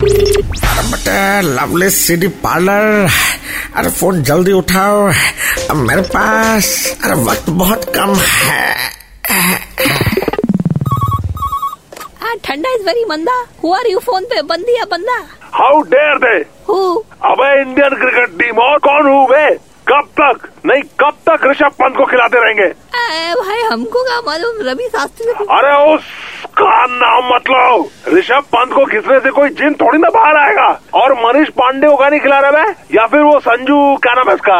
अरे बटे lovely city parlour अरे फोन जल्दी उठाओ अब मेरे पास अरे वक्त बहुत कम है Ah, ठंडा इज वेरी मंदा हु आर यू फोन पे बंदी या बंदा हाउ डेयर दे हु अबे इंडियन क्रिकेट टीम और कौन हूँ वे कब तक नहीं कब तक ऋषभ पंत को खिलाते रहेंगे भाई हमको क्या मालूम रवि शास्त्री को- अरे उसका नाम मतलब ऋषभ पंत को घिसने से कोई जिन थोड़ी ना बाहर आएगा और मनीष पांडे को क्या नहीं खिला रहा है या फिर वो संजू क्या नाम है इसका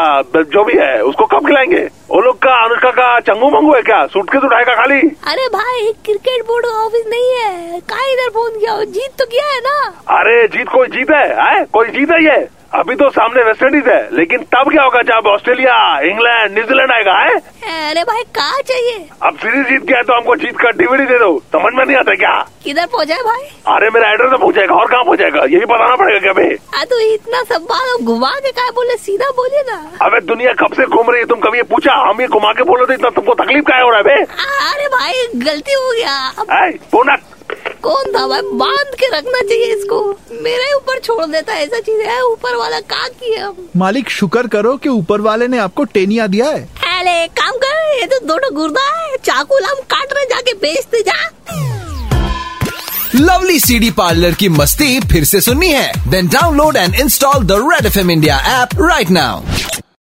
जो भी है उसको कब खिलाएंगे वो लोग का अनुष्का का चंगू मंगू है क्या सूटकेस उठाएगा खाली अरे भाई क्रिकेट बोर्ड ऑफिस नहीं है का इधर फोन किया हो? जीत तो किया है ना अरे जीत कोई जीत है, है? कोई जीत है ये अभी तो सामने वेस्ट इंडीज है लेकिन तब क्या होगा जब ऑस्ट्रेलिया इंग्लैंड न्यूजीलैंड आएगा है अरे भाई कहा चाहिए अब सीरीज जीत गया है तो हमको जीत कर डीवीडी दे दो समझ में नहीं आता क्या किधर पहुंचा है भाई अरे मेरा एड्रेस तो पहुंच जाएगा और कहाँ पहुंच जाएगा यही बताना पड़ेगा क्या भाई आ तो इतना सब बात घुमा के का बोले सीधा बोलिए ना अबे दुनिया कब से घूम रही है तुम कभी ये पूछा हम ये घुमा के बोलो तो इतना तुमको तकलीफ क्या हो रहा है बे आ, अरे भाई गलती हो गया अब है? पूनक कौन था भाई बांध के रखना चाहिए इसको मेरे ऊपर छोड़ देता है ऐसा चीज है ऊपर वाला का किए हम मालिक शुक्र करो कि ऊपर वाले ने आपको टेनिया दिया है अरे काम कर ये तो दोनों गुर्दा है चाकू लाम काट रहे जाके बेचते जा लवली सीडी पार्लर की मस्ती फिर से सुननी है then download and install the Red F India app right now